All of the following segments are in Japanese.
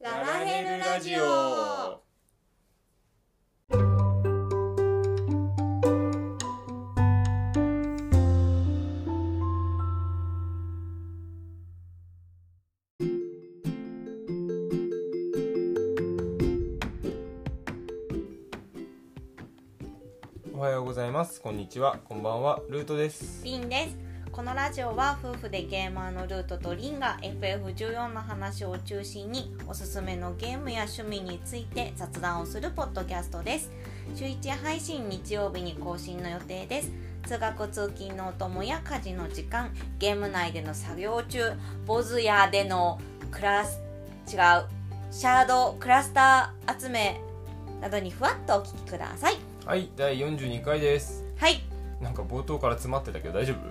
ネルラジオおはようございますこんにちはこんばんはルートですリンですこのラジオは夫婦でゲーマーのルートとリンが FF14 の話を中心におすすめのゲームや趣味について雑談をするポッドキャストです週1配信日曜日に更新の予定です通学通勤のお供や家事の時間ゲーム内での作業中ボズヤでのクラス違うシャードクラスター集めなどにふわっとお聞きくださいはい第42回ですはいなんか冒頭から詰まってたけど大丈夫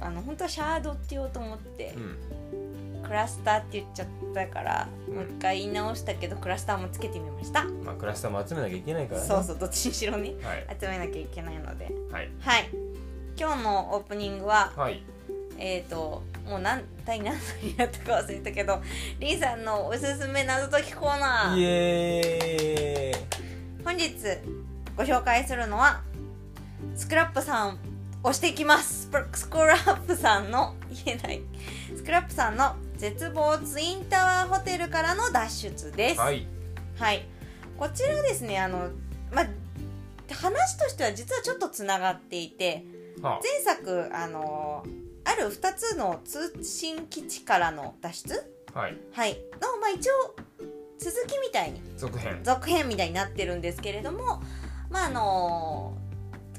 あの本当はシャードって言おうと思ってう、んクラスターって言っちゃったから、うんもう一回言い直したけどクラスターもつけてみました、まあクラスターも集めなきゃいけないからねそうそうどっちにしろねはい集めなきゃいけないのではいはい今日のオープニングははいえっ、ともう何第何歳やったか忘れたけどリンさんのおすすめ謎解きコーナイーエー本日ご紹介するのはスクラップさん押していきますスプスクラップさんの言えないスクラップさんの絶望ツインタワーホテルからの脱出でイすはいはい、こちらですねあの、まあ、話としては実はちょっとつながっていては前作あのある2つの通信基地からの脱出、あはいはい、の、まあ、一応続きみたいに続編続編みたいになってるんですけれどもまああの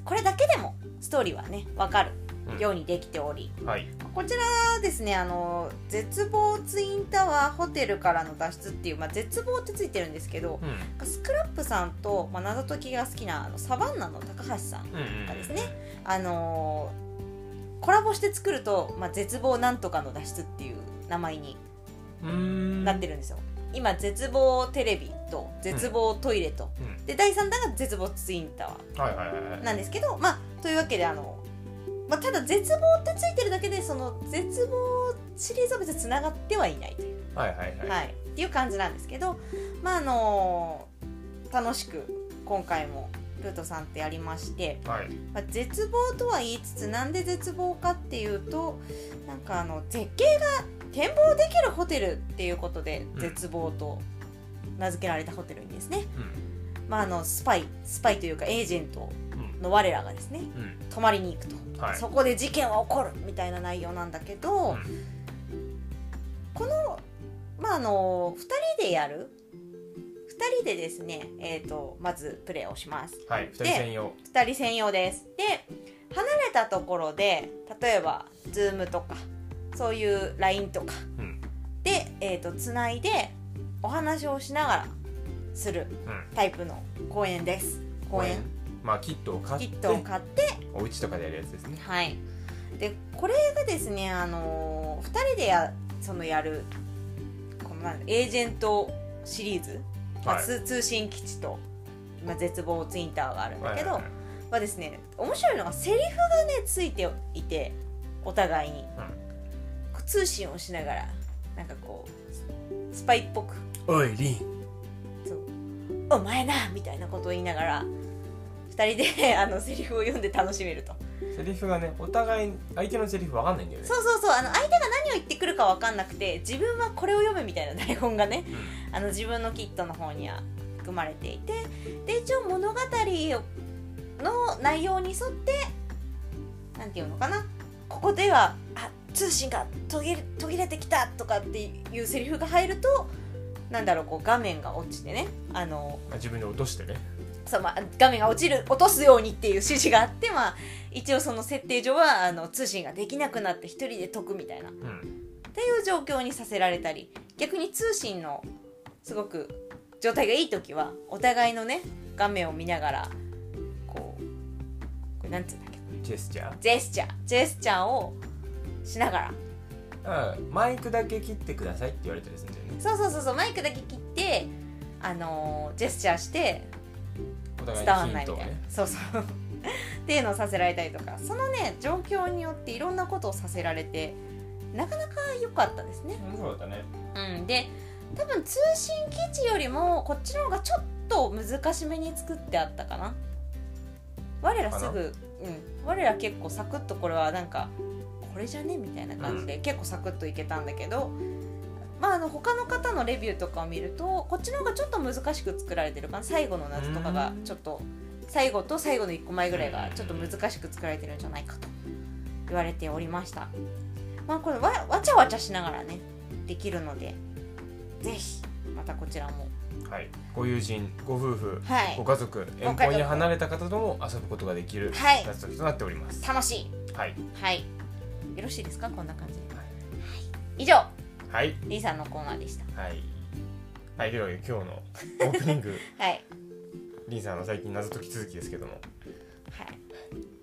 これだけでもストーリーはね分かるようにできており、はいこちらですねあの絶望ツインタワーホテルからの脱出っていう、まあ、絶望ってついてるんですけど、うんスクラップさんと、まあ、謎解きが好きなあのサバンナの高橋さんうんうんがですね、あのーコラボして作ると、まあ、絶望なんとかの脱出っていう名前にうーんなってるんですよ、今絶望テレビと絶望トイレと、うんで第3弾が絶望ツインタワはいはいはいはいーなんですけどまあというわけであの、まあ、ただ絶望ってついてるだけでその絶望シリーズは別につながってはいないというはいはいはいはい、っていう感じなんですけど、まああの楽しく今回もルートさんってやりまして、はいまあ、絶望とは言いつつなんで絶望かっていうとなんかあの絶景が展望できるホテルっていうことでうん絶望と名付けられたホテルにですね、うんまあ、あのスパイスパイというかエージェントうんの我らがですねうん泊まりに行くと、はいそこで事件は起こるみたいな内容なんだけど、うんこの,、まあ、あの2人でやる2人でですね、えー、とまずプレイをしますはい二人専用2人専用ですで離れたところで例えば Zoom とかそういう LINE とかうんでつな、えーと、繋いでお話をしながらするうんタイプの公演です公演まあキットを買キっッてトを買ってお家とかでやるやつですねはい、でこれがですね、あの2人でやそのやるこのなんエージェントシリーズ、まあはい通通信基地と、まあ、絶望ツインタワーがあるんだけど、ははいはいですね面白いのがセリフがねついていてお互いに、こう通信をしながらなんかこうスパイっぽくはいおいリンそう「お前な!」みたいなことを言いながら2人であのセリフを読んで楽しめると。セリフがねお互い相手のセリフわかんないんだよねそうそうそうあの相手が何を言ってくるか分かんなくて自分はこれを読むみたいな台本がね あの自分のキットの方には含まれていてで一応物語の内容に沿ってなんていうのかなここではあ通信が途切れ途切れてきたとかっていうセリフが入るとなんだろうこう画面が落ちてねあのまあ自分で落としてねそうまあ、画面が落ちる落とすようにっていう指示があって、まあ、一応その設定上はあの通信ができなくなって一人で解くみたいなうんっていう状況にさせられたり逆に通信のすごく状態がいい時はお互いのね画面を見ながらこうこれなんつうんだっけジェスチャージェスチャージェスチャーをしながらうんマイクだけ切ってくださいって言われたりするんだよねそうそうそうそうマイクだけ切って、あのージェスチャーしてお伝互わいんになヒいみントをたいなねそうそう っていうのをさせられたりとかそのね状況によっていろんなことをさせられてなかなか良かったですね面白かったねうん、で多分通信基地よりもこっちの方がちょっと難しめに作ってあったかな我らすぐうん我ら結構サクッとこれはなんかこれじゃねみたいな感じで結構サクッといけたんだけど、まああの他の方のレビューとかを見るとこっちの方がちょっと難しく作られてるかな最後の夏とかがちょっと最後と最後の1個前ぐらいがちょっと難しく作られてるんじゃないかと言われておりましたまあこれわわちゃわちゃしながらねできるのでぜひまたこちらもはい、ご友人ご夫婦はいご家族遠方に離れた方とも遊ぶことができるはい夏となっております楽しいはいはいよろしいですかこんな感じではい以上はいリーさんのコーナーでしたはい、はい、では今日のオープニングはいリンさんの最近謎解き続きですけどもはい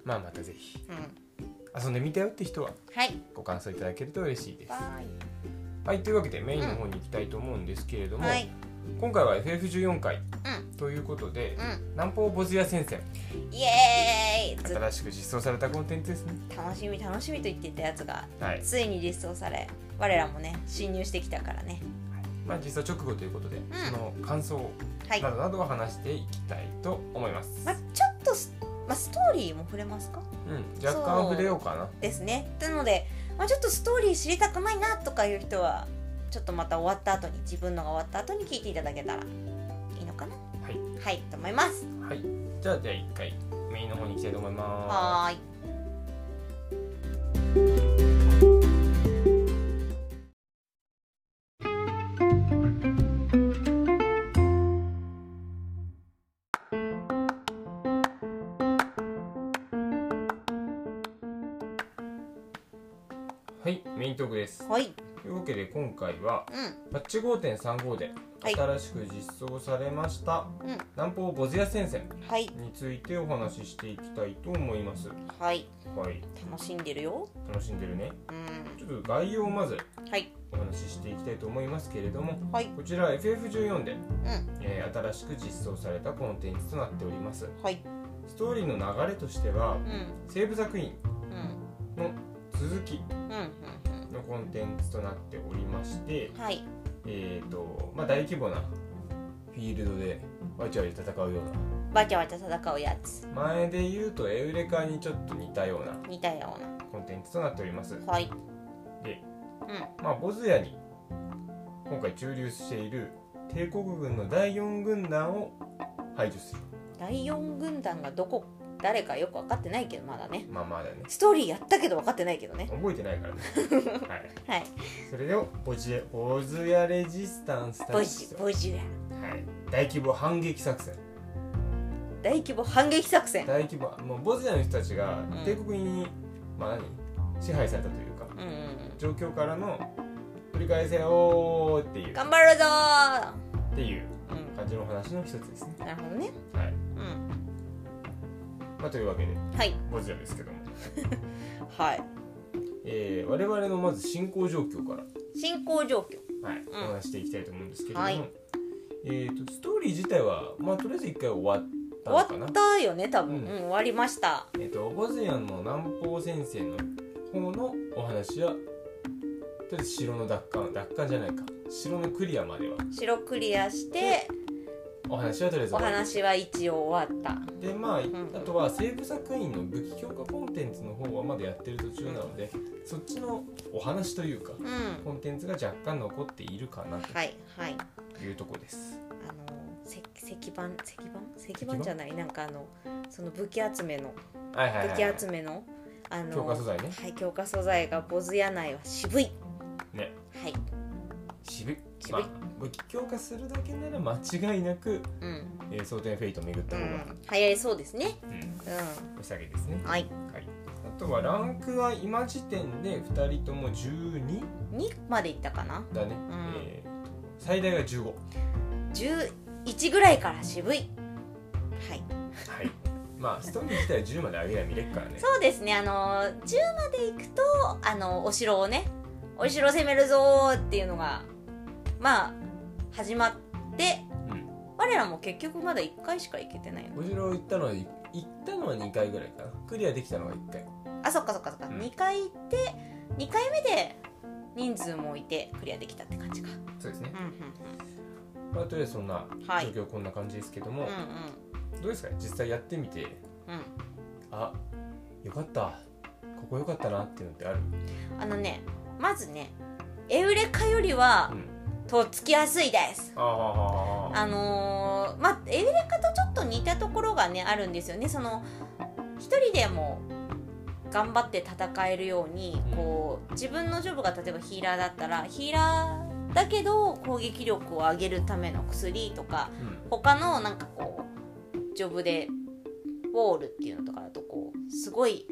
まあまたぜひうん遊んでみたよって人ははいご感想いただけると嬉しいですバはいというわけでメインの方に行きたいと思うんですけれどイも、はい今回は FF14 回うということで、うん南方ボズヤ戦線イエーイず新しく実装されたコンテンツですね楽しみ楽しみと言っていたやつがはい、ついに実装され我らもね侵入してきたからねまあ、実装直後ということで、んその感想はいなまどなどを話していきたいと思います、あちょっとス,、まあ、ストーリーも触れますかうん、若干触れようかなですねなので、まあ、ちょっとストーリー知りたくないなとかいう人はちょっとまた終わった後に自分のが終わった後に聞いていただけたらいいのかなはいはいと思いますはい、じゃあじゃあ一回メインの方に行きたいと思いまはーいす。はい、メイントークです。はいというわけで今回はうパッチ5.35ではい新しく実装されました、んうん南方ボズヤ戦線はいについてお話ししていきたいと思います。はいはい、楽しんでるよ楽しんでるね。うんちょっと概要をまずはいお話ししていきたいと思いますけれども、はいこちら FF14 で、うんえー新しく実装されたコンテンツとなっております。はいストーリーの流れとしてはうん、西部作品うんの続きうんうんのコンテンツとなっておりましてう、んはいえーとまあ、大規模なフィールドでわちゃわちゃ戦うようわちゃわちゃ戦うやつな前で言うとエウレカにちょっと似たような似たようコンテンツとなっておりますなはいで、うまあ、ボズヤに今回駐留している帝国軍の第4軍団を排除するん第4軍団がどこ誰かよく分かってないけどまだねまあまあだねストーリーやったけど分かってないけどね覚えてな いからね、はい、はいそれをボジボズヤレジスタンスボ大使ジと、ボジュラはい、大規模反撃作戦大規模反撃作戦大規模もうボズニアの人たちがうん帝国に、まあ何支配されたというかうんうんうん状況からの繰り返せよーっていう頑張っていうるぞーう感じのお話の一つですね。んなるほどねはうい。んまあというわけではいボズニアですけども、はいえー、我々のまず進行状況から進行状況はい、んお話していきたいと思うんですけれども、はいえーとストーリー自体はまあとりあえず一回終わったのか終わなっ。たよね多分、ううんん終わりましたえっ、とボズニアの南方戦線の方のお話は。とりあえず城の奪還奪還じゃないか城のクリアまでは白クリアしてお話はとりあえずお終わり話は一応終わったでまあ、んあとは西部作品の武器強化コンテンツの方はまだやってる途中なので、そっちのお話というかうんコンテンツが若干残っているかなはいはいというとこです、あの石石板石板石板じゃないなんかあのその武器集めのはい、はいはいはい武器集めのあの強化素材ねはい強化素材がボズやないは渋いねはい渋い渋まいあ、武器強化するだけなら間違いなく、うん、えー、蒼天フェイトを巡ったう方が、ん、流行りそうですねうん、うお下げですねんはいはいあとはランクは今時点で2人とも12 2までいったかなだね、んえーと最大が15はい11ぐらいから渋いはい まあストーリー自体は10まで上げりゃ見れっからねそうですねあの10まで行くとあのお城をねお城攻めるぞーっていうのがまあ始まってうん我らも結局まだ1回しか行けてないのお城行ったのは行ったのは2回ぐらいかなクリアできたのは1回あそっかそっかそっか、うん2回行って2回目で人数もいてクリアできたって感じかそうですねう、んまあ、とりあえずそんな状はい況こんな感じですけども、うんうんどうですか実際やってみてうんあよかったここよかったなっていうのってある、うんあのねまずねエウレカよりはうん、とっつきやすいですああのーまあエウレカとちょっと似たところがねあるんですよねその一人でも頑張って戦えるようにうんこう自分のジョブが例えばヒーラーだったらヒーラーだけど攻撃力を上げるための薬とかうん他のなんかこうジョブでウォールっていうのとかだとこうすごい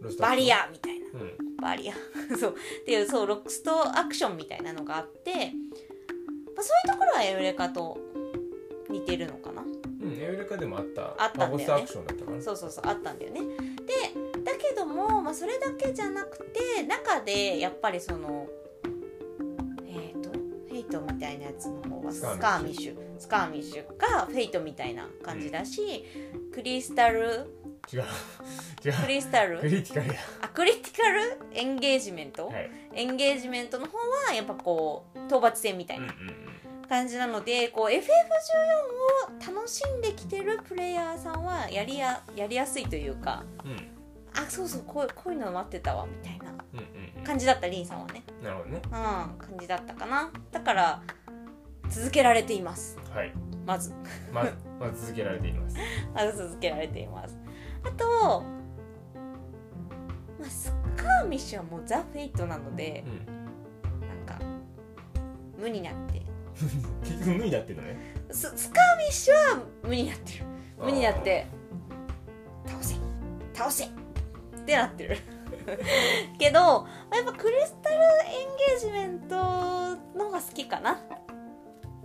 ロストアバクションリアみたいなうんバリア そうっていうそうロックストアクションみたいなのがあって、まあ、そういうところはエウレカと似てるのかなうん、エウレカでもあったあったんだよねマゴスアクションだったからそうそうそうあったんだよねでだけども、まあ、それだけじゃなくて中でやっぱりそのえっ、とフェイトみたいなやつの方はススカカーミッシューミッシュスカーミッシュがフェイトみたいな感じだし、クリスタル違う 違クうリスタクルリティカルやあクリティカルエンゲージメント、はいエンゲージメントの方はやっぱこう討伐戦みたいうんうなん感じなので、こう FF14 を楽しんできてるプレイヤーさんはやりややりやすいというかうんうんあそうそうこうこういうの待ってたわみたいなうんうん感じだったりんさんはねうんなるほどねうん感じだったかなだから続けられていますはいまず まずまず続けられていますまず続けられていますあと、まあ、スカーミッシュはもうザ・フェイトなのでう、んなんか無になって結局無になってるのねススカーミッシュは無になってる無になって倒せ倒せってなってる けどやっぱクリスタルエンゲージメントの方が好きかな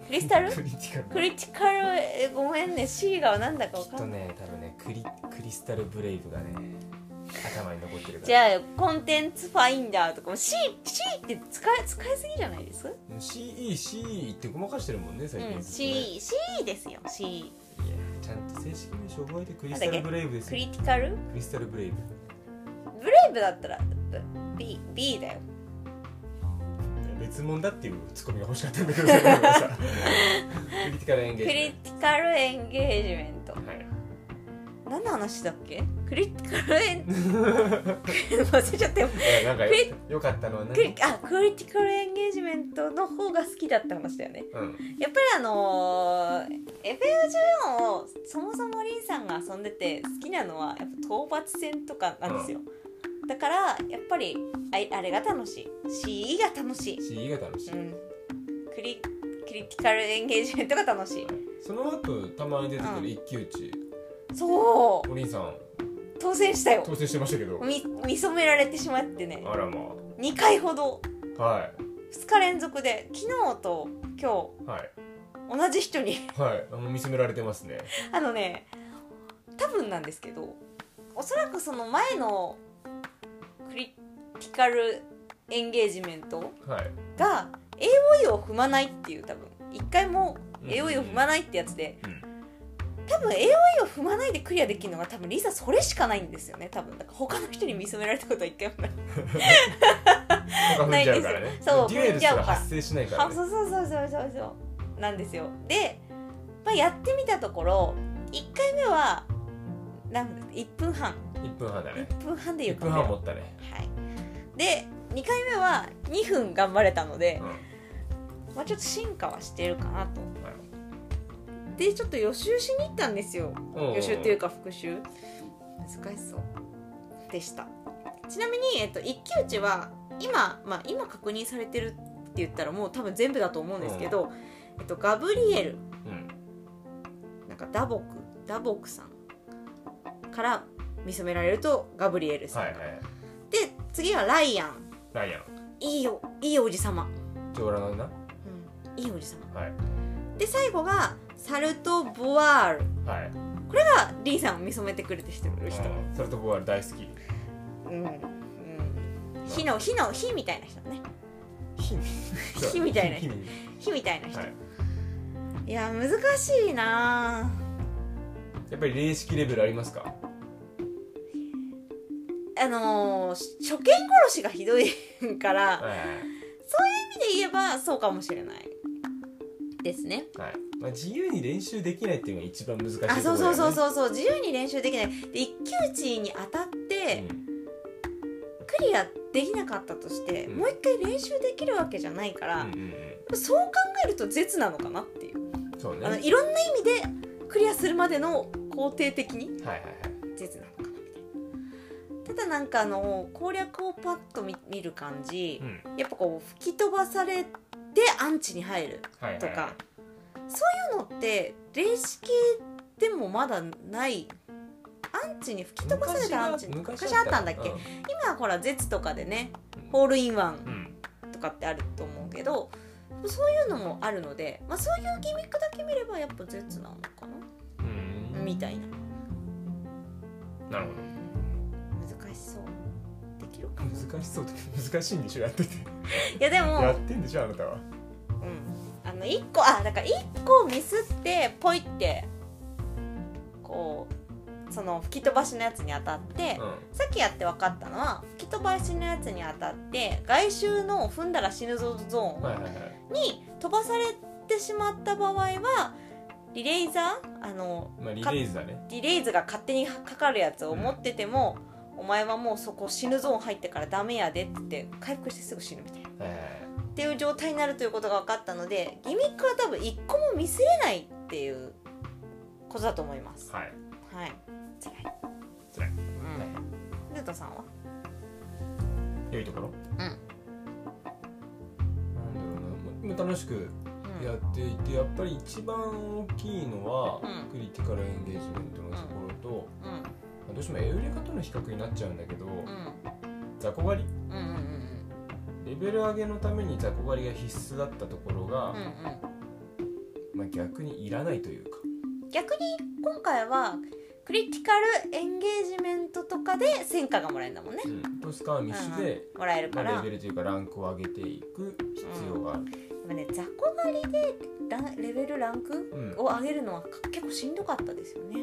クリスタ ルクリティカクルリティカルえごめんね C がなんだかわちょっかとんないね多分ねクリクリスタルブレイブがね頭に残ってるからじゃあコンテンツファインダーとかも C, C って使い使いすぎじゃないです CEC ってごまかしてるもんね最近、うん、い C, C ですよ C やちゃんと正式名称覚えてクリスタルブレイブですクよリティカルクリスタルブレイブブレイブだったら B, B だよ別物だっていうツッコミが欲しかったんだけどさご めんなさいクリティカルエンクゲージリティカルエンゲージメントはい何の話だっけクリティカルエン 忘れちゃったよいやなんかよよかったのは何クリあクリティカルエンゲージメントの方が好きだった話だよねうんやっぱりあのー、FF14 をそもそもリンさんが遊んでて好きなのはやっぱ討伐戦とかなんですよ、だからやっぱりあいあれが楽しい CE が楽しい、 CE が楽しい、うん、クリクリティカルエンゲージメントが楽しいその後たまに出てくうんる一騎打ち、そうお兄さん当選したよ当選してましたけどみ見初められてしまってねあらま2回ほどあは2日連続で昨日と今いはい日同じ人に はいあの見つめられてますねあのね多分なんですけどおそらくその前のクリティカルエンゲージメントはいが AOE を踏まないっていう多分一回も AOE を踏まないってやつで、うん多分 AOE を踏まないでクリアできるのが多分リサそれしかないんですよね多分だから他の人に見初められたことは一回もない他踏んじゃうからね そうデュエルすら発生しないからあねそうそうそうそうそうそうなんですよで、まあ、やってみたところ1回目はなん1分半1分半だね1分半で言1うか分半持ったねはいで2回目は2分頑張れたのでう、んまあ、ちょっと進化はしてるかなとでちょっと予習しに行ったんですようん予習っていうか復習難しそうでしたちなみに、えっと、一騎打ちは今、まあ、今確認されてるって言ったらもう多分全部だと思うんですけど、えっと、ガブリエルうんなんかダボクダボクさんから見初められるとガブリエルさん、はいはいで次はライアンライアンいいよいいおじさま、上ラのなうん、いいおじさまはいで最後がサルト・ボワールはいがリーさんを見初めてくれて人る人、うんそれと僕は大好きうんうん、火の火の火みたいな人ね火火 みたいな火み火みたいな人、はいい、や難しいなやっぱり霊式レベルありますかああのー初見殺しがひどいからはいはい意味で言えばそうかもしれないですね。はいまあ、自由に練習できないっていうのが一番難しいとこあろそうそうそうう、そうそう自由に練習できないで一騎打ちに当たってうんクリアできなかったとして、うんもう一回練習できるわけじゃないから、うんうんそう考えると絶なのかなっていう、うん、そうねあはのいいろんな意味でクリアするまでの肯定的にはいはい絶なのかなみたいな。ただなんかあの攻略をパッと見見る感じう、んやっぱこう吹き飛ばされてアンチに入るはいはいはいとか、そういうのって霊式でもまだないアンチに吹き飛ばされたアンチ昔あったんだっけ、うん今はほら「絶」とかでねうんホールインワうンんとかってあると思うけどそういうのもあるので、まあ、そういうギミックだけ見ればやっぱ「絶」なのかうんなみたいななるほ難しそうできるかもど難しそうと難しいんでしょやってていやでやっも、てんでしょあなたはうん、あの一個あだから一個ミスってポイってこうその吹き飛ばしのやつに当たって、うさっきやって分かったのは吹き飛ばしのやつに当たって外周の踏んだら死ぬぞゾんはいーはいはいンに飛ばされてしまった場合はリレイザーあのまあリレーズだねリレイズが勝手にかかるやつを持ってても、お前はもうそこ死ぬゾーン入ってからダメやでって言って回復してすぐ死ぬみたいなっはいはいはいていう状態になるということが分かったのでギミックは多分一個もミスれないっていうことだと思いますはいはい辛い辛いうんルートさんは良いところんなんだろうなま楽しくうんやっていてやっぱり一番大きいのうは、んクリティカルエンゲージメントのところと、うんまあどうしてもエウレカとの比較になっちゃうんだけど、うん雑魚狩うんうんりレベル上げのために雑魚狩りが必須だったところが、うんうんうんまあ、逆にいらないというか逆に今回はクリティカルエンゲージメントとかで戦果がもらえるんだもんね、うん、とスカーミッシュで、もらえるまかあらレベルというかランクを上げていく必要がある、でもね雑魚狩りでランレベルランクうんを上げるのは結構しんどかったですよね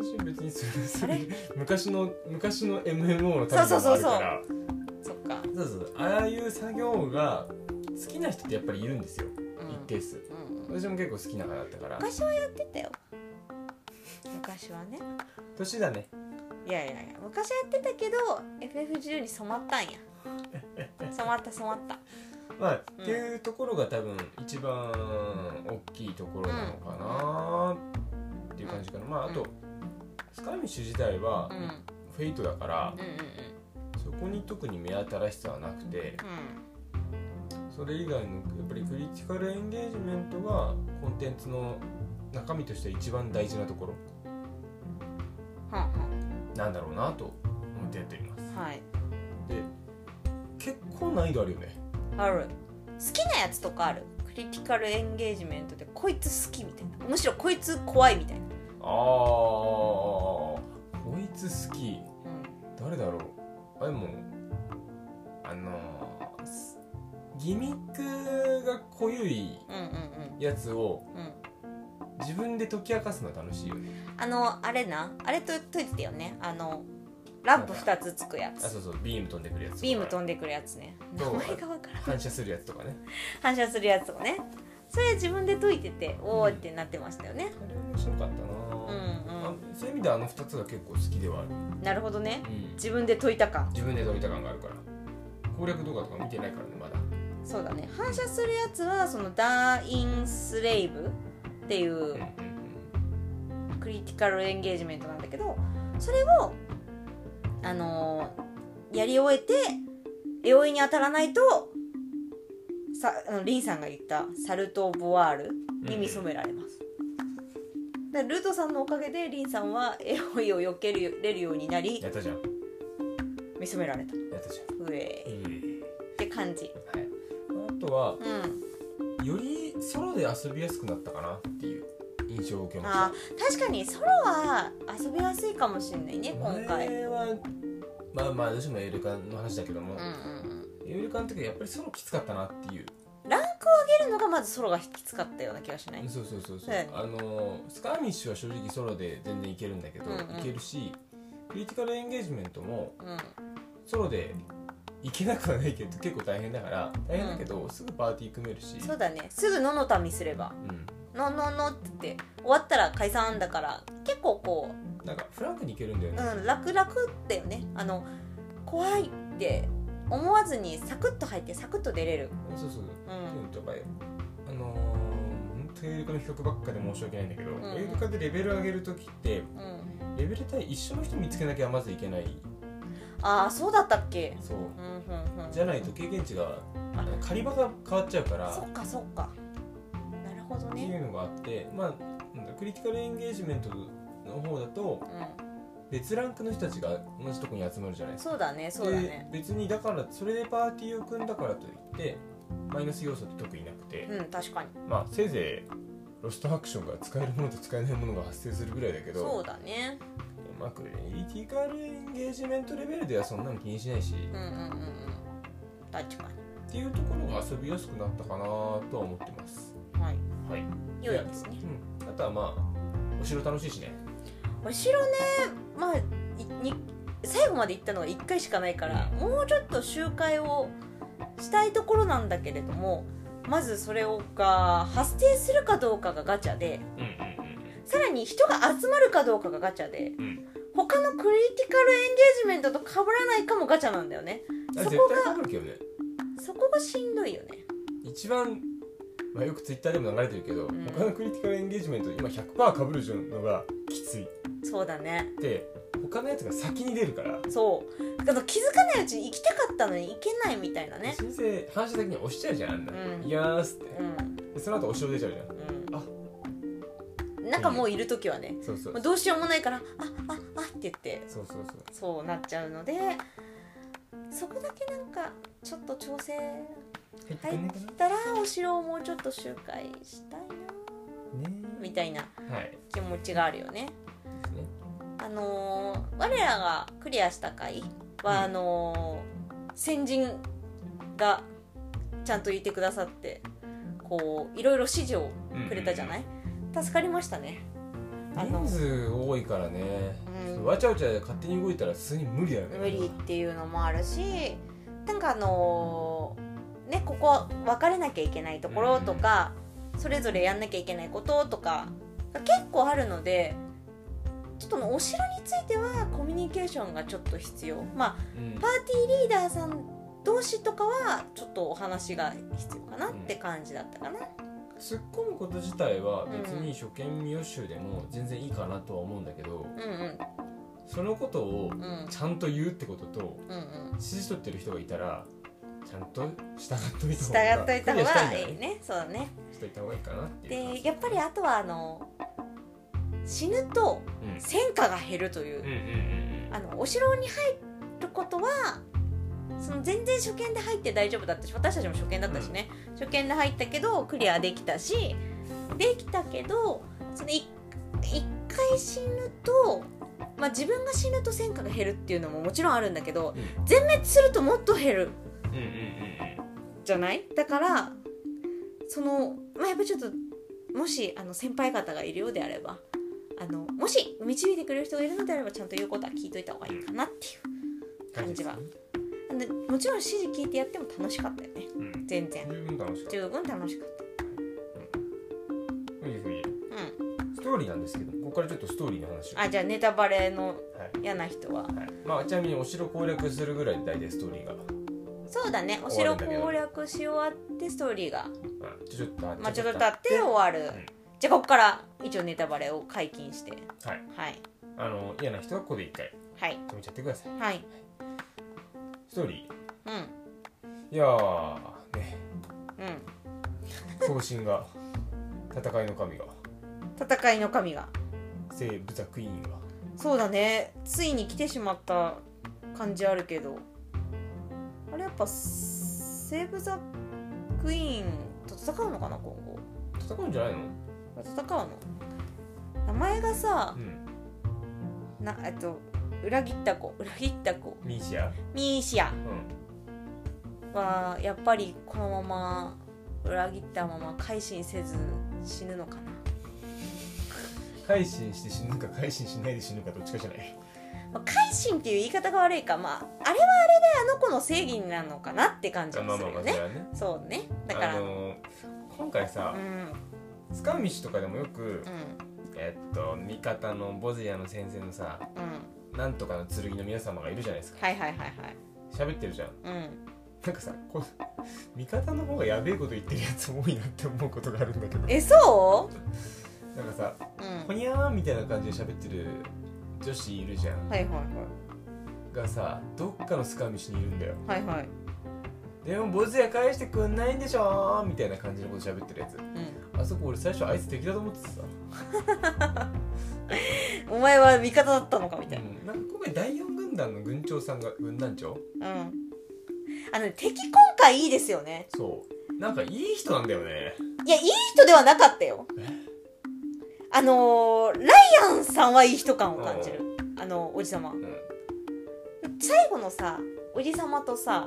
私は別にそれそあれれ昔の昔の MMO のためでもあるからそっか、そうそうああいう作業が好きな人ってやっぱりいるんですよ、うん一定数うんうん私も結構好きな派だったから昔はやってたよ昔はね年だねいやいやいや昔はやってたけど FF10 に染まったんや染まった染まったまあ、うんっていうところが多分一番大きいところなのかなっていう感じかな、まああと、うんスカイミッシュ自体はうんうんうんフェイトだから、うんそこに特に目新しさはなくてそれ以外のやっぱりクリティカルエンゲージメントがコンテンツの中身として一番大事なところうんはんはんなんだろうなと思ってやっていますはいで結構難易度あるよねある好きなやつとかあるクリティカルエンゲージメントでこいつ好きみたいなむしろこいつ怖いみたいな、あーこいつ好きう誰だろうあでもあのーすギミックが濃ゆいん、うんうんやつをうんうん自分で解き明かすのは楽しいよねあのあれなあれと解いてたよねあのランプ2つつくやあつそうそうビーム飛んでくるやつとかビーム飛んでくるやつね名そう前がわからん反射するやつとかね反射するやつをねそれ自分で解いてておーってなってましたよねあれ面白かっうたんな、あそういう意味ではあの2つが結構好きではある、うんなるほどね自分で解いたか自分で解いた感があるから攻略動画とか見てないからねまだそうだね反射するやつはそのダーインスレイブっていううんうんクリティカルエンゲージメントなんだけどそれをあのーやり終えてエいに当たらないとさあのリンさんが言ったサルト・ボワールうんに見初められます、だからルートさんのおかげでリンさんはエロいを避けれるようになりやったじゃんや見初められたったじゃうえーん、って感じはい、あとはうんよりソロで遊びやすくなったかなっていう印象を受けましたあー確かにソロは遊びやすいかもしれないね今回うん前はまあまあどうしてもエウレカの話だけども、うんうんエウレカの時はやっぱりソロきつかったなっていう、ランクを上げるのがまずソロがきつかったような気がしないそうそうそうそう、はいあのースカーミッシュは正直ソロで全然いけるんだけど、うんうんいけるしククリティカルエンゲージメントもうんソロでいけなくはないけど結構大変だから大変だけど、すぐパーティー組めるしそうだねすぐののたみすれば「ののの」って言って終わったら解散だから結構こううん、なんかフランクにいけるんだよね、うん楽々だよねあの怖いって思わずにサクッと入ってサクッと出れるそうそううんとかあのー、本当にエイルカの比較ばっかで申し訳ないんだけど、んエイルカでレベル上げる時ってうんレベル対一緒の人見つけなきゃまずいけないああそうだったっけそううんうんうんじゃないと経験値があの狩り場が変わっちゃうからそっかそっかなるほどってねいうのがあってまあなんだクリティカルエンゲージメントの方だとうん別ランクの人たちが同じとこに集まるじゃないですかそうだねそうだねで別にだからそれでパーティーを組んだからといってマイナス要素って特になくて、うん確かにまあせいぜいロストアクションが使えるものと使えないものが発生するぐらいだけどそうだねうまくクリティカルエンゲージメントレベルではそんなの気にしないし、うんうんうんうん確かっていうところが遊びやすくなったかなとは思ってますにはいはい良いですね、うん、あとはまあお城楽しいしねお城ねまあいに最後まで行ったのが1回しかないからもうちょっと集会をしたいところなんだけれどもまずそれをが発生するかどうかがガチャでうんうんさらに人が集まるかどうかがガチャでうんうん他のクリティカルエンゲージメントと被らないかもガチャなんだよねあそこが絶対かかるけどねそこがしんどいよね一番、まあ、よくツイッターでも流れてるけど、ん他のクリティカルエンゲージメント今100%かぶるのがきついそうだねで他のやつが先に出るから、そうだから気づかないうちに行きたかったのに行けないみたいなね申請反射的に押しちゃうじゃんあんな、うんいやーっすってうんでその後お城出ちゃうじゃんうんなんかもういる時はねそうそうもうどうしようもないから「あああって言ってそうそうそうそうなっちゃうのでそこだけなんかちょっと調整入ってくんねえかたらお城をもうちょっと周回したいななねみたいなえはい気持ちがあるよね。ですねあのー我らがクリアした回は、あのー先人がちゃんといてくださってこういろいろ指示をくれたじゃない、助かりましたね。あの人数多いからね、うんちょっとわちゃわちゃで勝手に動いたら普通に無理だよね無理っていうのもあるしなんかあのーねここ別れなきゃいけないところとか、それぞれやんなきゃいけないこととかが結構あるのでちょっともうお城についてはコミュニケーションがちょっと必要まあうんパーティーリーダーさん同士とかはちょっとお話が必要かなって感じだったかな、突っ込むこと自体は別に初見未予習でも全然いいかなとは思うんだけど、うん、うんそのことをうんうんちゃんと言うってこととうん指示取ってる人がいたらちゃんと従っといた従方がっといたク方リアしたがいんだいいねねそうだねしといた方がいいかなっていう感じでやっぱりあとはあの死ぬと戦果が減るといううんうんうんうんあのお城に入ることはその全然初見で入って大丈夫だったし私たちも初見だったしね、初見で入ったけどクリアできたしできたけどその一一回死ぬと、まあ、自分が死ぬと戦果が減るっていうのももちろんあるんだけどう全滅するともっと減るうんうんうんじゃないだからその、まあ、やっぱりちょっともしあの先輩方がいるようであればあのもし導いてくれる人がいるのであればちゃんと言うことは聞いといた方がいいかなっていううん感じは大事ですねでもちろん指示聞いてやっても楽しかったよねうん全然十分楽しかっ十分楽しかったたいいいいうんストーリーなんですけどここからちょっとストーリーの話をあじゃあネタバレのはい嫌な人ははいまあ、ちなみにお城攻略するぐらいで大体ストーリーが、うんそうだねお城攻略し終わってストーリーがちょちょっとあまあちょっと経って終わる、うんじゃあここから一応ネタバレを解禁してはいはいあの嫌な人はここで一回はい止めちゃってくださいはいストーリうんーいやーねうん闘神が戦いの神が戦いの神が聖武ザクイーンがそうだねついに来てしまった感じあるけどあれやっぱセーブ・ザ・クイーンと戦うのかな今後戦うんじゃないの戦うの名前がさうんなえっと裏切った子裏切った子ミーシアミーシアうんはやっぱりこのまま裏切ったまま改心せず死ぬのかな改心して死ぬか改心しないで死ぬかどっちかじゃないまあ改心っていう言い方が悪いか、まあ、あれはあれであの子の正義になるのかなって感じまがあすまあるまよあそね。れはねそうね。だかあら、の今回さう、ん、塚道とかでもよくう、ん、えっと味方のボジアの先生のさうん、なんとかの剣の皆様がいるじゃないですかはいはいはいはい。喋ってるじゃんうん。なんかさこう味方の方がやべえこと言ってるやつ多いなって思うことがあるんだけどえ、そなんかさう？うん。ほはいにゃーみたいな感じで喋ってる女子いるじゃんはいはいがさどっかのスカミシにいるんだよはいはい。でもボズや返してくんないんでしょみたいな感じのこと喋ってるやつうあそこ俺最初あいつ敵だと思ってさ、ん。お前は味方だったのかみたいうん、なんか今回第4軍団の軍長さんが軍団長な。うん。あのね敵今回いいですよね。そうなんかいい人なんだよねいやいい人ではなかったよ。あのーライアンさんはいい人感を感じる。あのおじさまう。ん最後のさおじさまとさ、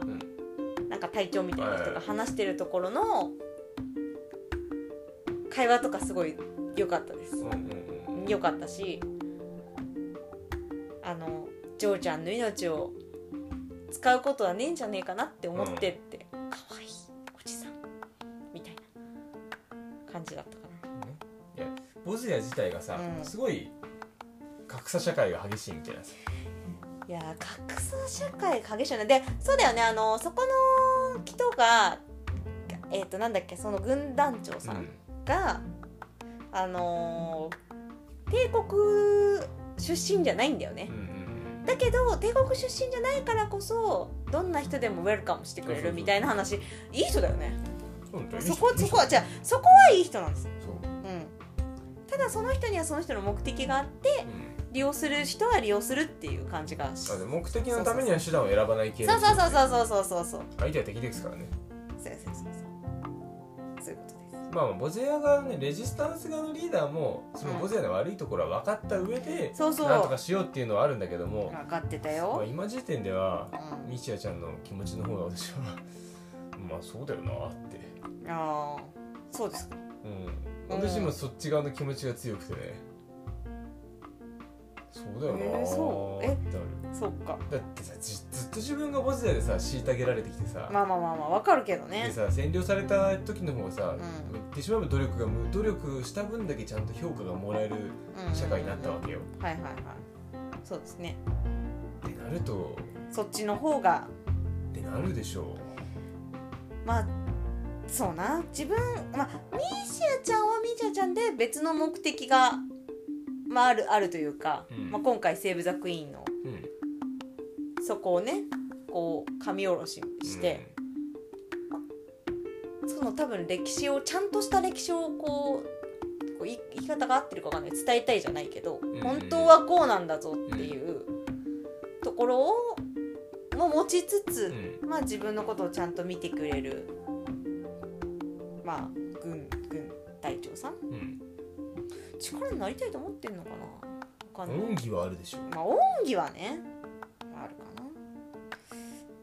なんか隊長みたいな人が話してるところの会話とかすごい良かったですうんうんうん良かったしあのジョーちゃんの命を使うことはねえんじゃねえかなって思ってって、可愛いいおじさんみたいな感じだったかなねいやボズヤ自体がさ、うんすごい格差社会が激しいみたいなさいやー格差社会激しいよねでそうだよねあのそこの人がえっ、となんだっけその軍団長さんが、あのー帝国出身じゃないんだよねうん、うんうんだけど帝国出身じゃないからこそどんな人でもウェルカムしてくれそうそうるそうみたいな話いい人だよねうん本当にそこそこはじゃそこはいい人なんですよ、そううん、ただその人にはその人の目的があってう利用する人は利用するっていう感じがしん、あで目的のためには手段を選ばない系そうそうそううそうそうそうそうそう相手は敵ですからねそうそうそうそうそういうことですまあまあボゼアがねレジスタンス側のリーダーもそのボゼアの悪いところは分かった上で、そうそうなんとかしようっていうのはあるんだけども、分かってたまあ、よ、今時点ではうん、ミチヤちゃんの気持ちの方が私はまあそうだよなって、ああそうですかうん、私もそっち側の気持ちが強くてねそうだよなえーそうえってなるそうかだってさじずっと自分がボゼアでさ虐げられてきてさ、まあまあまあまあわかるけどねでさ占領された時の方がうさ、ん言ってしまえば努力が無努力した分だけちゃんと評価がもらえるうん社会になったわけよ。はいはいはいそうですねってなるとそっちの方がってなるでしょまあそうな自分まあミーシアちゃんはミーシアちゃんで別の目的が、まあ、あるあるというか、うんまあ、今回セーブ・ザ・クイーンのう。うん、そこをねこう紙下ろしして、その多分歴史をちゃんとした歴史をこうこうい言い方が合ってるかわかんない伝えたいじゃないけど、ん本当はこうなんだぞっていうところをも持ちつつ、うんうんまあ、自分のことをちゃんと見てくれる、まあ、軍軍隊長さんうん力になりたいと思ってんのかなわかんない、恩義はあるでしょまあ、恩義はねあるかなっ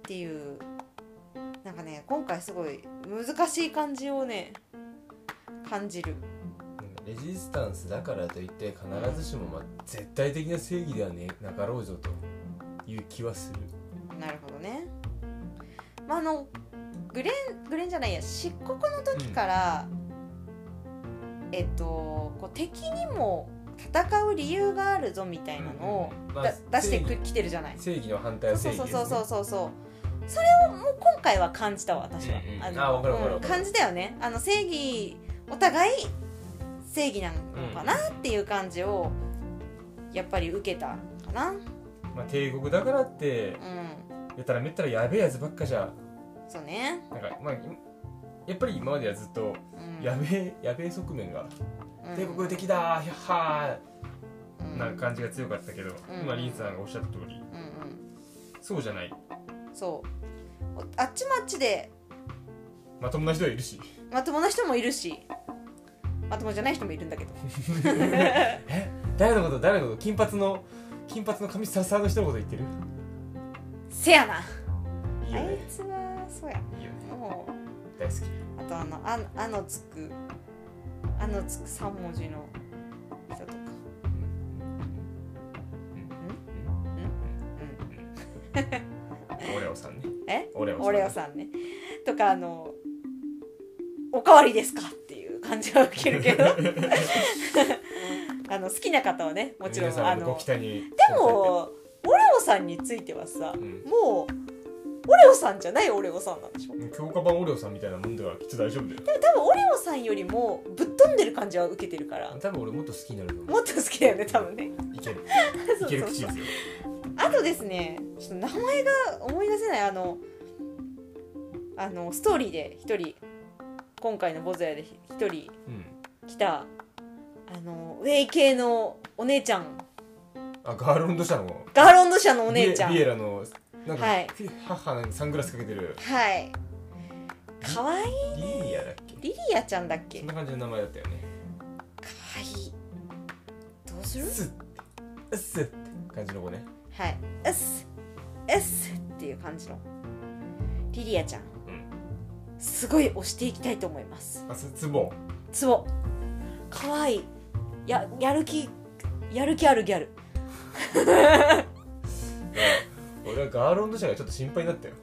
ていうなんかね今回すごい難しい感じをね感じるレジスタンスだからといって必ずしも、まあ、絶対的な正義ではねなかろうぞという気はする。なるほどね、まあ、あのグレングレンじゃないや漆黒の時から、えっとこう敵にも戦う理由があるぞみたいなのを、うんまあだ出して正く義きてるじゃない正義の反対はそう正義そでうす、そね。うそうそうそうそれをもう今回は感じたわ私は、うんうんのあわかるわかるうわんかる感じたよねあの正義お互い正義なのかなっていう感じをやっぱり受けたかなうんまあ、帝国だからってやたらめったらやべえやつばっかじゃそうね、なんかまあいやっぱり今まではずっうとん、やべえやべえ側面が帝国的だヒャッハうん、ーな感じが強かったけど、ん今リンさんがおっしゃった通うんりうんそうじゃないそうおあっちもあっちでまともな人はいるしまともな人もいるしまともじゃない人もいるんだけ どえ誰のこと誰のこと金髪の金髪の髪サラサラの人のこと言ってるせやないいよあいねつはそうやいいよねもう大好きあとあの「あ」あのつく「あのつく」3文字の人とかうんうんうんオレオさんねえオレオさんオレオさんねとかあの「おかわりですか?」っていう感じは受けるけど あの好きな方はねもちろん皆さあんのごの期待にでもオレオさんについてはさ、んもうオレオさんじゃないオレオさんなんでしょ強化版オレオさんみたいなもんだからきっと大丈夫だよ多分オレオさんよりもぶっ飛んでる感じは受けてるから多分俺もっと好きになる と思もっと好きだよね多分ねういけるそ いうけるそう口そうですよあとですねちょっと名前が思い出せないあのあのストーリーで一人今回の「ボズヤ」で一人うん来たあのウェイ系のお姉ちゃんあガーロンド社のガーロンド社のお姉ちゃんビエビエラのなんか、はい母なんかサングラスかけてるはいかわいいリーアだっけリリアちゃんだっけそんかわな感じの名前だったよねいいどうするスッてスッて感じの子ねはいうっすうっすっていう感じのリリアちゃんうんすごい押していきたいと思いますあすツボツボかわいいややる気やる気あるギャル俺はガーロンド社がちょっと心配になったよ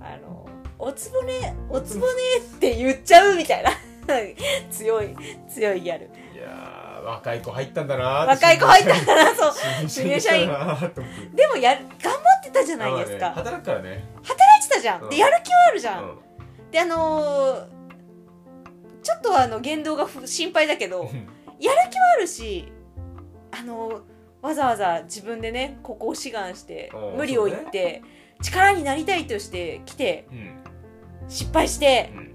あのおつぼねおつぼねって言っちゃうみたいな 強い強いギャルいやー若い子入ったんだなーって若い子入ったからそう新入社員だなーって思ってでもやる頑張ってたじゃないですか、まあね、働くからね働いてたじゃん、うんでやる気はあるじうゃん、んであのーちょっとあの言動がふ心配だけどやる気はあるしあのーわざわざ自分でねここを志願してうん無理を言って、力になりたいとして来てうん失敗してう、ん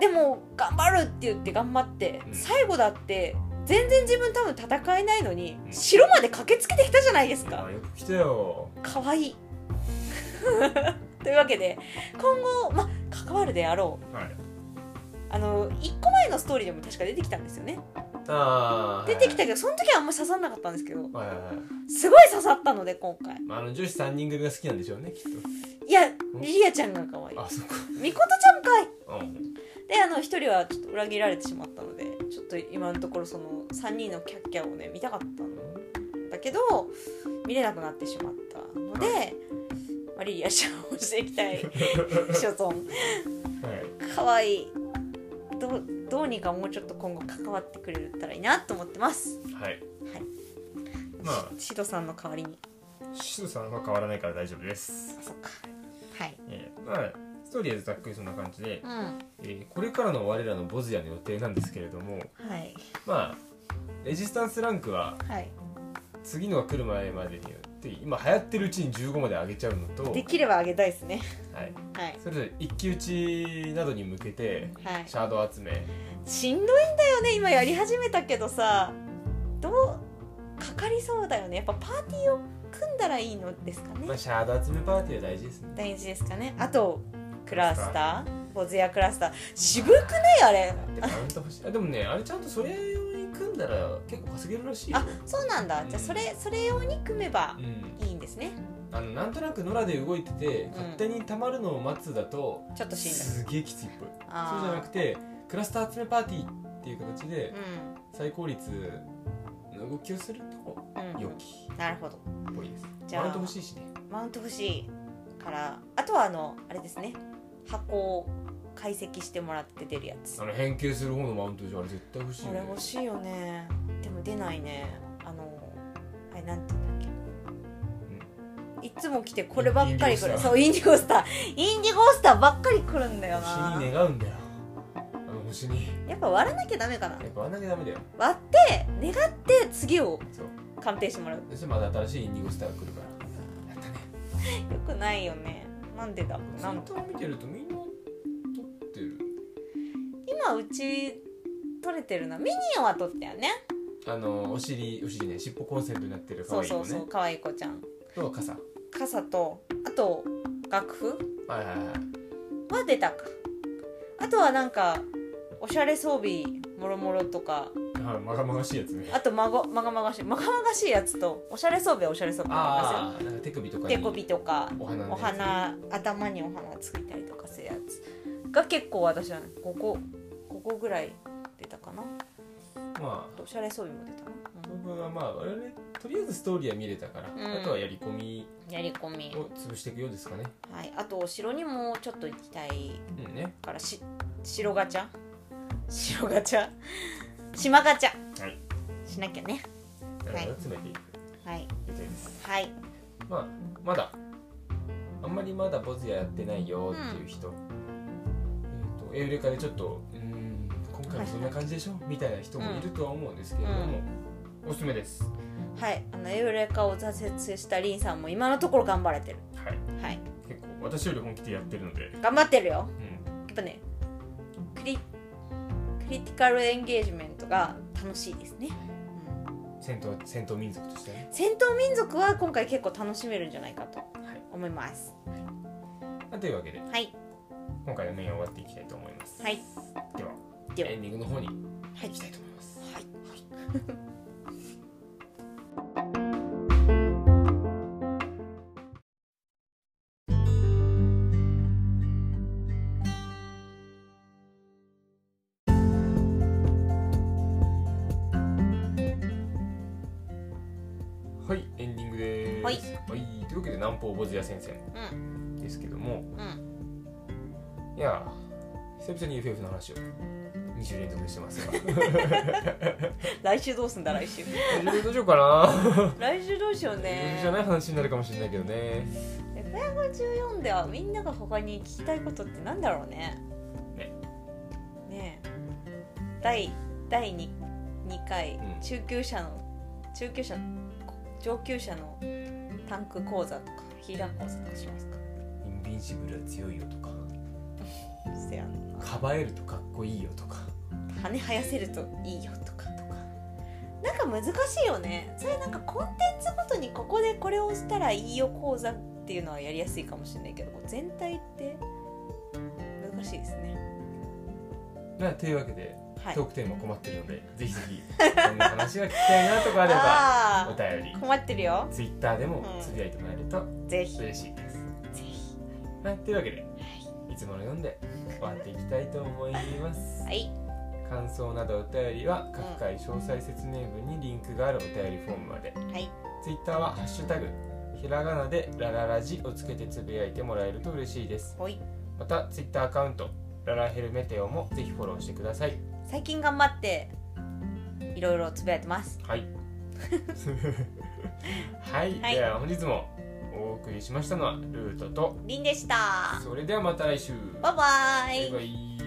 でも頑張るって言って頑張って、うん最後だって全然自分多分戦えないのに、うん城まで駆けつけてきたじゃないですいか、やよく来たよかわいい というわけで今後、ま、関わるであろうはいあの1個前のストーリーでも確か出てきたんですよねああ出てきたけどその時はあんまり刺さんなかったんですけどはいはいはいすごい刺さったので今回まあ、あの女子3人組が好きなんでしょうねきっいやリリアちゃんがかわいいとあそっみことちゃんかいかうんであの1人はちょっと裏切られてしまったのでちょっと今のところその3人のキャッキャをね見たかったんだけど見れなくなってしまったので、まあ、リリアちゃんをしていきたい 所存はい可愛いどうどうにかもうちょっと今後関わってくれたらいいなと思ってますははいいまあシドさんの代わりにシュウさんは変わらないから大丈夫ですあそっかはいえー、まあストーリーはざっくりそんな感じでう、んえーこれからの我らのボズヤの予定なんですけれどもはいまあレジスタンスランクははい次のが来る前までによって今流行ってるうちに15まで上げちゃうのと、はでい、きればあげたいですねはいそれぞれ一騎打ちなどに向けてはいシャード集めしんどいんだよね今やり始めたけどさどうかかりそうだよねやっぱパーティーを組んだらいいのですかまあねシャード集めパーティーは大事ですね大事ですかねあとクラスターボズヤクラスター渋くないあれでカウント欲しいあでもねあれちゃんとそれ用に組んだら結構稼げるらしいよあそうなんだじゃあそれそれ用に組めばうんいいんですねあのなんとなく野良で動いてて勝手に溜まるのを待つだと、ちょっとしんどいすげえきついっぽいそうじあーゃなくてクラスター集めパーティーっていう形でう最効率の動きをするとん、うん、良きなるほどっぽいですじゃあマウント欲しいしねマウント欲しいからあとはあのあれですね箱を解析してもらって出るやつあこの変形する方のマウントじゃあれ絶対欲しいよれね欲しいよねでも出ないねあのあれなんて言うんだっけいつも来てこればっかり来インディゴるスターそうインディゴスターインディゴスターばっかり来るんだよな星に願うんだよあの星にやっぱ割らなきゃダメかなやっぱあんなきゃダメだよ割って願って次をそう鑑定してもらうそしてまた新しいインディゴスターが来るからやったねよくないよねなんでだろうツイなッター見てるとみんな撮ってる今うち取れてるなミニオンは取ったよねあのお尻お尻ね尻尾コンセントになってる可そう愛い子そうねそう可愛い子ちゃんと傘傘とあと楽譜はいはいはいは出たかあとはなんかおしゃれ装備もろもろとかあまがまがしいやつねあとまごまがまがしいまがまがしいやつとおしゃれ装備はおしゃれ装備ありまああなんか手首とかすよに手首とかお花のおやつ花頭にお花ついたりとかするやつが結構私はね5個5個ぐらい出たかなまあとおしゃれ装備も出たな、あ僕はまあ我々とりあえずストーリーは見れたから、うんあとはやり込みやり込み、を潰していくようですかね。はい、あとお城にもちょっと行きたいうんね。からし白ガチャ白ガチャ島ガチャはい。しなきゃねなるはいほど詰めていくはい予定です。はいまあまだあんまりまだボズヤやってないよっていう人、えっ、とエウレカでちょっとうーん今回もそんな感じでしょみたいな人もいるとは思うんですけれども、おすすめです。はいあのエウレカを挫折したリンさんも今のところ頑張れてるはい。はい結構私より本気でやってるので、頑張ってるようん、やっぱねクリクリティカルエンゲージメントが楽しいですね、うん戦闘戦闘民族としてね。戦闘民族は今回結構楽しめるんじゃないかと思いますというわけではい今回のメインは終わっていきたいと思います。はいではではエンディングの方にはい行きたいと思います。はいはい、エンディングです。はいというわけで南方ボズヤ戦線うんですけども、うんいやー久々に UFF の話を2週連続でして ますが来週どうすんだ来 週大丈夫どうしようかな。来週どうしようね UFF じゃない話になるかもしれないけどね。 F154 ではみんなが他に聞きたいことってなんだろうねねねえ第第 2, 2回うん中級者の中級者上級者のタンク講座とかヒーラー講座とかしますかインビンシブルは強いよとか、せやんかばえるとかっこいいよとか。羽生やせるといいよとかとかなんか難しいよねそれなんかコンテンツごとにここでこれをしたらいいよ講座っていうのはやりやすいかもしれないけどこう全体って難しいですねなというわけで、はいトークテーマ困ってるのでぜひぜひこんな話が聞きたいなとかあ ればあおー便り困ってるよツイッターでもうんつぶやいてもらえるとぜひぜ嬉しいです。ひはい、というわけでいつもの読んで終わっていきたいと思います。はい感想などお便りは各回詳細説明文にリンクがあるお便りフォームまではいツイッターは「ハッシュタグひらがな」で「ラララジ」をつけてつぶやいてもらえると嬉しいですほいまたツイッターアカウント「ララヘルメテオ」もぜひフォローしてください最近頑張っていろいろつぶやいてますはい はい、はいでは本日もお送りしましたのはルートとりんでしたそれではまた来週バイバイバイバイ